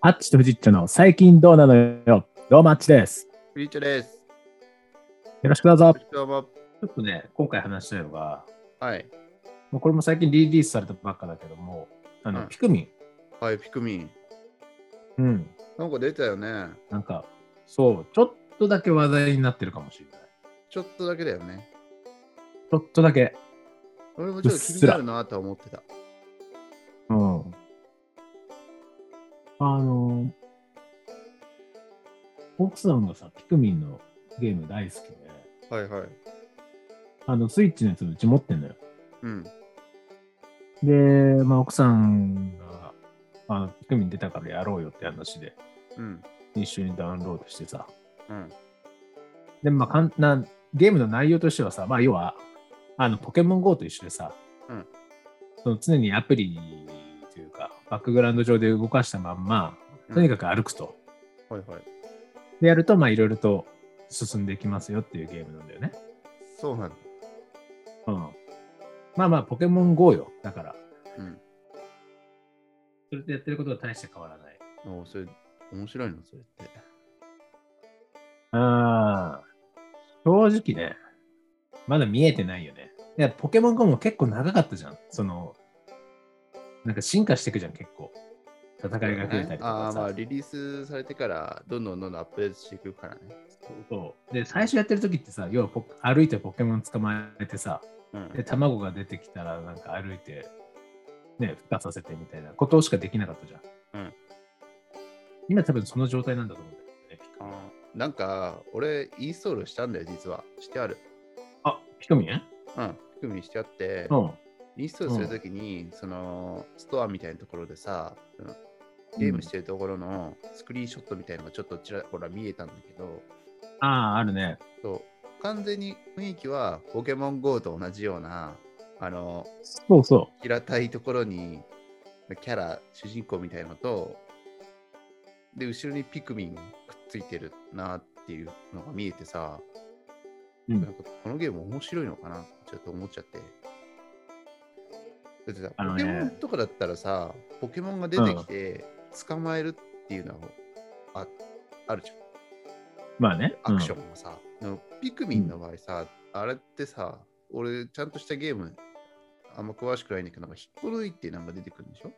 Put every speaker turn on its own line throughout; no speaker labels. アッチとフジッチョの最近どうなのよ。どうもアッチです。
フリーチョです。
よろしくどうぞ。
どうも。
ちょっとね、今回話したいのが、
はい。
もうこれも最近リリースされたばっかだけども、あの、
うん
ピクミ
はい、ピクミン。
ン。うん。
なんか出たよね。
なんか、そう、ちょっとだけ話題になってるかもしれない。
ちょっとだけだよね。
ちょっとだけ。
俺もちょっと気になるなとは思ってた。
うん。あの、奥さんがさ、ピクミンのゲーム大好きで、
はいはい。
あの、スイッチのやつうち持ってんのよ。
うん。
で、まあ、奥さんが、あの、ピクミン出たからやろうよって話で、
うん。
一緒にダウンロードしてさ。
うん。
で、まあ、かんなゲームの内容としてはさ、まあ、要は、あの、ポケモン GO と一緒でさ、
うん
その常にアプリというか、バックグラウンド上で動かしたまんま、とにかく歩くと。
はいはい。
で、やると、まあ、いろいろと進んでいきますよっていうゲームなんだよね。
そうなんだ。
うん。まあまあ、ポケモン GO よ。だから、
うん。
それでやってることは大して変わらない。
おそれ、面白いのそれって。
ああ、正直ね、まだ見えてないよね。いや、ポケモン GO も結構長かったじゃん。その、なんか進化していくじゃん、結構。戦いが増えたりとか
ああ、まあ、
さ。
リリースされてから、どんどんどんどんアップデートしていくからね。
そうで、最初やってる時ってさ、要はポ歩いてポケモン捕まえてさ、
うん
で、卵が出てきたらなんか歩いて、ね、復活させてみたいなことしかできなかったじゃん。
うん
今多分その状態なんだと思うんだよね。
あーなんか、俺、インストールしたんだよ、実は。してある。
あ、ピクミン
うん。ピクミンしてあって。
うん。
インストールするときに、そのストアみたいなところでさ、そのゲームしてるところのスクリーンショットみたいなのがちょっとちらほら見えたんだけど、
ああ、あるね。
そう完全に雰囲気はポケモン GO と同じような、あの、
そうそう。
平たいところにキャラ、主人公みたいのと、で、後ろにピクミンくっついてるなっていうのが見えてさ、
うん
なんかこのゲーム面白いのかなちょっと思っちゃって。だってさ、
あの
ポ
ね
ケモンとかだったらさ、ポケモンが出てきて捕まえるっていうのはああるじ
まあね。
ゃん。アクシ
ン。
ョンもさ、のピクミンの場合さ、あれってさ、俺ちゃんとしたゲームあんま詳しくないんだけど、なんか引っこ抜いてなんか出てくるんでしょ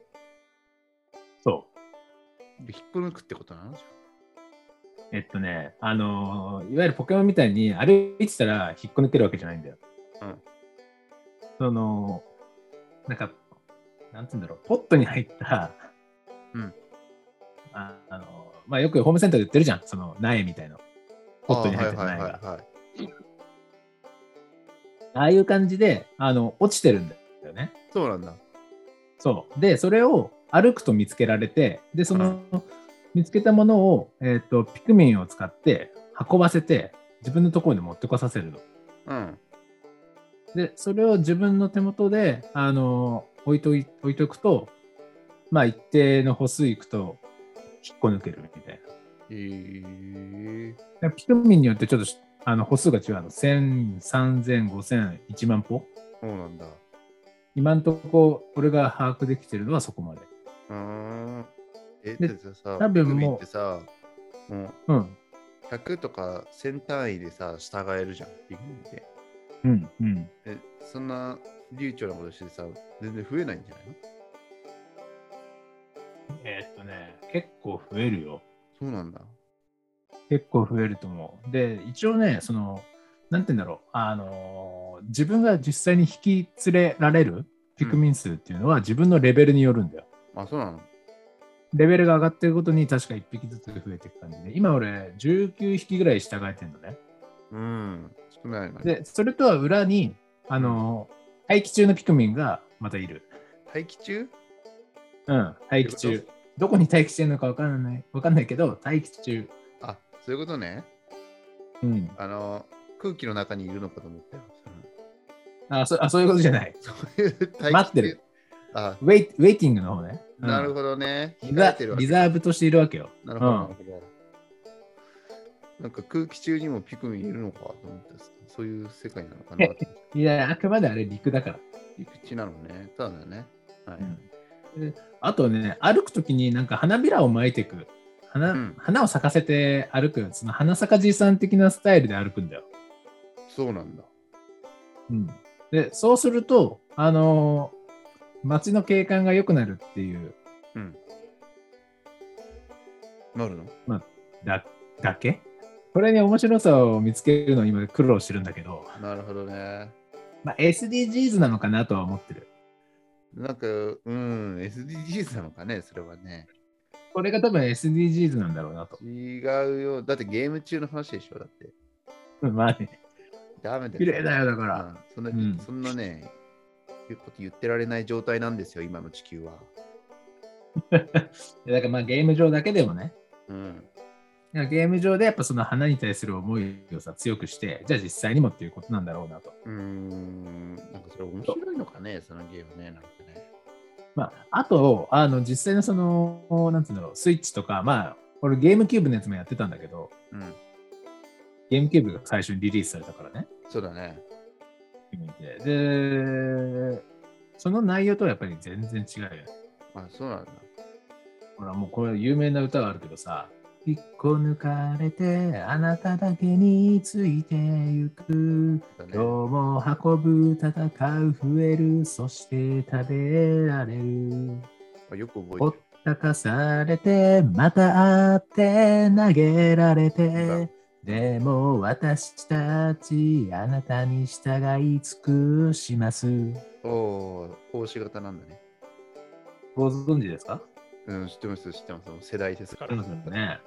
そう。
で引っこ抜くってことなのじ
えっとね、あのーいわゆるポケモンみたいに歩いてたら引っこ抜けるわけじゃないんだよ。
うん
その、なんか、なんて言うんだろう、ポットに入った、
うん
ああのーまあ、よくホームセンターで売ってるじゃん、その苗みたいな。ポッ
ゃん。
トに入ってた
あー
苗
はいはいは
が
い。はい
ああいう感じで、あの、落ちてるんだよね。
そうなんだ。
そう。で、それを歩くと見つけられて、で、その、見つけたものを、えっ、と、ピクミンを使って運ばせて、自分のところに持ってこさせるの。
うん。
で、それを自分の手元で、あの置いとい、置いとくと、まあ、一定の歩数いくと、引っこ抜けるみたい
えー、
な。でピクミンによってちょっとし、あの、歩数が違うの。1000、3000、5000、1万歩。
そうなんだ。
今んとこ、俺が把握できてるのはそこまで。
うーん。え、
で
だってさ、
多分もう
ピクミンってさ、もう
うん。
100とか1000単位でさ、従えるじゃん、ピクミンって。
うん。うん。
え、そんな流暢なことしてさ、全然増えないんじゃないの
えーっとね、結構増えるよ。
そうなんだ。
結構増えると思う。で、一応ね、その、なんて言うんだろう、あのー自分が実際に引き連れられるピクミン数っていうのは自分のレベルによるんだよ。
あ、そうなの
レベルが上がっていくごとに確か1匹ずつ増えていく感じで、今俺19匹ぐらい従えてるのね。
うん。少ないな。
で、それとは裏に、あのー待機中のピクミンがまたいる。
待機中
うん、待機
どういう
中
こ。
どこに待機してるのかわからない、わかんないけど、待機中。
あ、そういうことね。
うん。
あの、空気の中にいるのかと思ったよ。
あ、そあそういうことじゃ ない。
そういう待機中
待ってる。
あ、
ウェイウェイティングの方ね。うん
なるほどね。
リザ
控えてるわけ
リザーブとしているわけよ。
なるほど、
うん
なるほど。なんか空気中にもピクミンいるのかと思って、そういう世界なのかなと思って。
いや、あくまであれ陸だから。
陸地なのね。ただね。はい。
うんであとね、歩くときになんか花びらを巻いていく。花,、
うん
花を咲かせて歩く、その花咲かじいさん的なスタイルで歩くんだよ。
そうなんだ。
うん、で、そうすると、あのー街の景観が良くなるっていう
うん。なるの
だだけこれに面白さを見つけるのに今苦労してるんだけど、
なるほどね。
まあ、SDGs なのかなとは思ってる。
なんか、うん、SDGs なのかね、それはね。
これが多分 SDGs なんだろうなと。
違うよ。だってゲーム中の話でしょ、だって。
うんまあね、
ダメだよ。
綺麗だよだか
う
ら。
んそんな、
うん
そんなね、いうこと言ってられない状態なんですよ、今の地球は。
だからまあゲーム上だけでもね、
うん。
いやゲーム上でやっぱその花に対する思いをさ強くして、じゃあ実際にもっていうことなんだろうなと。
うーん。なんかそれ面白いのかね、そのゲームね、なんかね。
まあ、あと、あの実際のその、なんつうんだろう、スイッチとか、まあ、俺ゲームキューブのやつもやってたんだけど、
うん。
ゲームキューブが最初にリリースされたからね。
そうだね。
で、その内容とはやっぱり全然違うよね。
あ、そうなんだ。
ほら、もうこれ有名な歌があるけどさ、引っこ抜かれて、あなただけについてゆく。
だね
今日も運ぶ、戦う、増える、そして食べられる。
あよく覚えて
ほっ
る。
たかされて、また会って、投げられ
う
て。でも私たち、あなたに従い尽くします。
おお、奉仕型なんだね。
ご存知ですか
うん、知ってます、知ってます。もう世代ですから。
ね。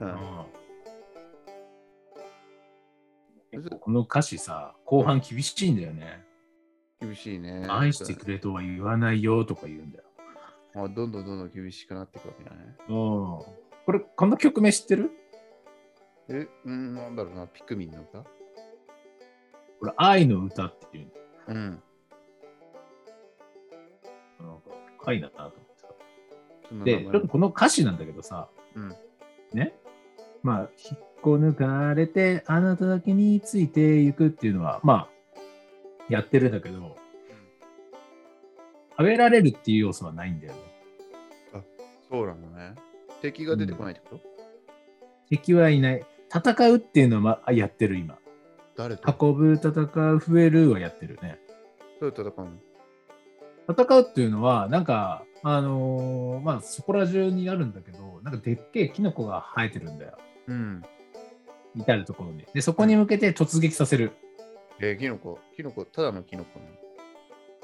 う
うんん結構この歌詞さ、後半厳しいんだよね。
厳しいね。
愛してくれとは言わないよとか言うんだよ。
あどんどんどんどん厳しくなっていくわけだね。
これ、この曲名知ってる
え、うん、なんだろうな、ピクミンの歌
これ、愛の歌っていう
うん。
の。なんか、深いなと思ってさ。
そんな名
で、
前
ちょっとこの歌詞なんだけどさ、
うん。
ね。まあ、引っこ抜かれて、あなただけについていくっていうのは、まあ、やってるんだけど、食べられるっていう要素はないんだよね。
そうなのね。敵が出てこないってこと、
敵はいない。戦うっていうのは、まあ、やってる今。
誰と
運ぶ、戦う、増えるはやってるね。
どう戦うの
戦うっていうのは、なんか、あのーまあ、そこら中にあるんだけど、なんかでっけえキノコが生えてるんだよ。
うん。
至るところに。で、そこに向けて突撃させる。
えー、キノコ。キノコ、ただのキノコなの。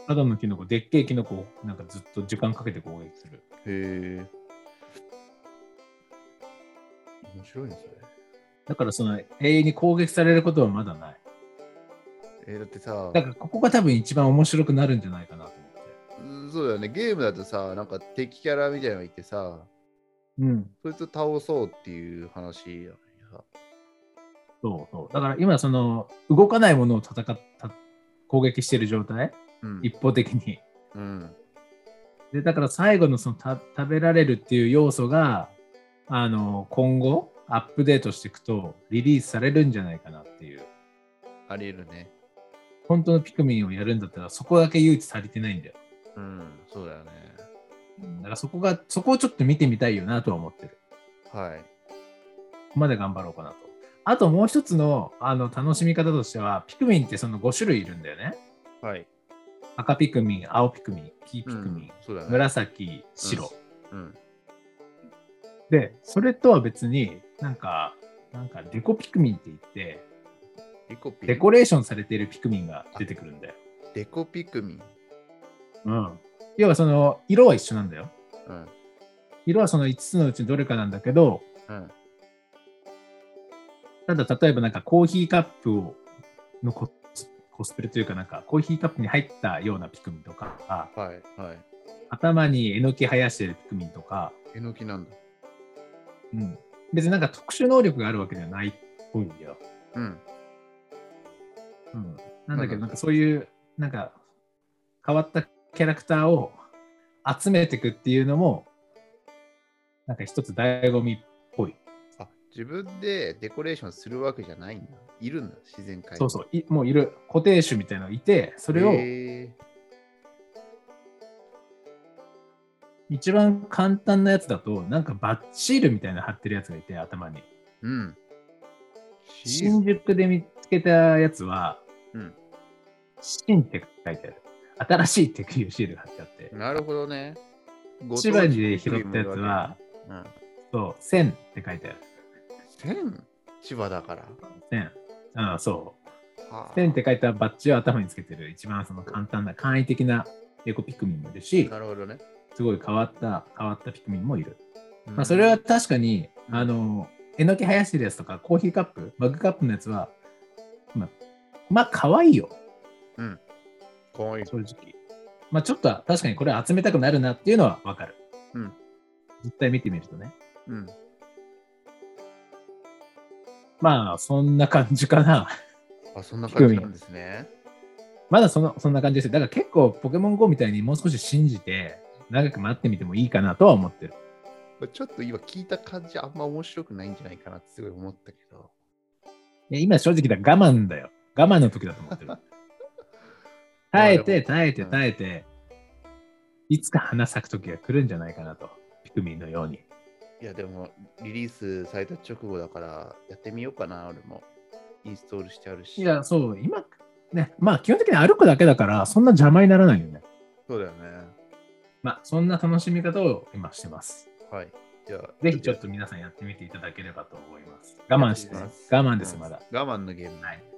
ただのキノコ、でっけえキノコをなんかずっと時間かけて攻撃する。
へえ。面白いね、それ。
だからその永遠に攻撃されることはまだない。
えーだってさ、
だからここが多分一番面白くなるんじゃないかなと思って。
うんそうだよね、ゲームだとさ、なんか敵キャラみたいなのがいてさ、
うん。
そいつを倒そうっていう話やさ。
そうそう。だから今その動かないものを戦った、攻撃してる状態
うん。
一方的に。
うん。
で、だから最後のそのた食べられるっていう要素が、あの、今後アップデートしていくとリリースされるんじゃないかなっていう。
ありえるね。
本当のピクミンをやるんだったらそこだけ唯一足りてないんだよ。
うん、そうだよね。
うんだからそこが、そこをちょっと見てみたいよなとは思ってる。
はい。
ここまで頑張ろうかなと。あともう一つのあの楽しみ方としては、ピクミンってその5種類いるんだよね。
はい。
赤ピクミン、青ピクミン、黄ピク
う
ミン、
ん、そうだね。
紫、白、
うん。
で、それとは別になんか、なんかデコピクミンって言って、
デコピ
デコレーションされているピクミンが出てくるんだよ。
デコピクミン。
うん。要はその、色は一緒なんだよ。
うん。
色はその5つのうちどれかなんだけど、
うん。
ただ例えばなんかコーヒーカップをのコスコスプレというかなんかコーヒーカップに入ったようなピクミンとか、
はい。はい。
頭にえのき生やしてるピクミンとか、
えのきなんだ。
うん、別になんか特殊能力があるわけではないっぽいんだよ。
うん。
うん、なんだけ
うん
ど、なんかそういう、なんか変わったキャラクターを集めていくっていうのも、なんか一つ醍醐味っぽい。
あ、自分でデコレーションするわけじゃないんだ。いるんだ、自然界に。
そうそう、いもういる固定種みたいなのがいて、それを
へー
一番簡単なやつだと、なんかバッシールみたいなの貼ってるやつがいて、頭に。
うん。シー
新宿で見つけたやつは、
うん
新って書いてある。新しいっていうシールが貼ってあって
ズ。なるほどね。
千葉寺で拾ったやつは、
うん、
そう、千って書いてある。
千千葉だから。
千。ああ、そう。
はあ
千って書いたバッジを頭につけてる、一番その簡単な、簡易的なエコピクミンもいるし
な、るほどね。
すごい変わった、変わったピクミンもいる。
うん
まあ、それは確かに、あの、えのき生やしてるやつとか、コーヒーカップ、マグカップのやつは、まあ、まあ、可愛いよ、
かわいい。
正直。まあ、ちょっとは確かにこれ集めたくなるなっていうのはわかる。
うん。
実際見てみるとね。
うん。
まあ、そんな感じかな。
あ、そんな感じなんですね。
まだそのそんな感じです。だから結構、ポケモン GO みたいにもう少し信じて、長く待ってみてもいいかなとは思ってる。
まあちょっと今聞いた感じあんま面白くないんじゃないかなってすごい思ったけど。
いや今、正直だ、我慢だよ。我慢の時だと思 ってる。耐えて、耐えて、
うん
耐えて、いつか花咲く時が来るんじゃないかなと。ピクミンのように。
いやでもリリースされた直後だからやってみようかな俺もインストールしてあるし
いや、そう、今、ね、まあ、基本的に歩くだけだから、そんな邪魔にならないよね。
そうだよね
まあ、そんな楽しみ方を今してます。
はいじゃあ
ぜひちょっと皆さんやってみていただければと思います。我慢してね、我慢です、まだ。
我慢のゲーム
はい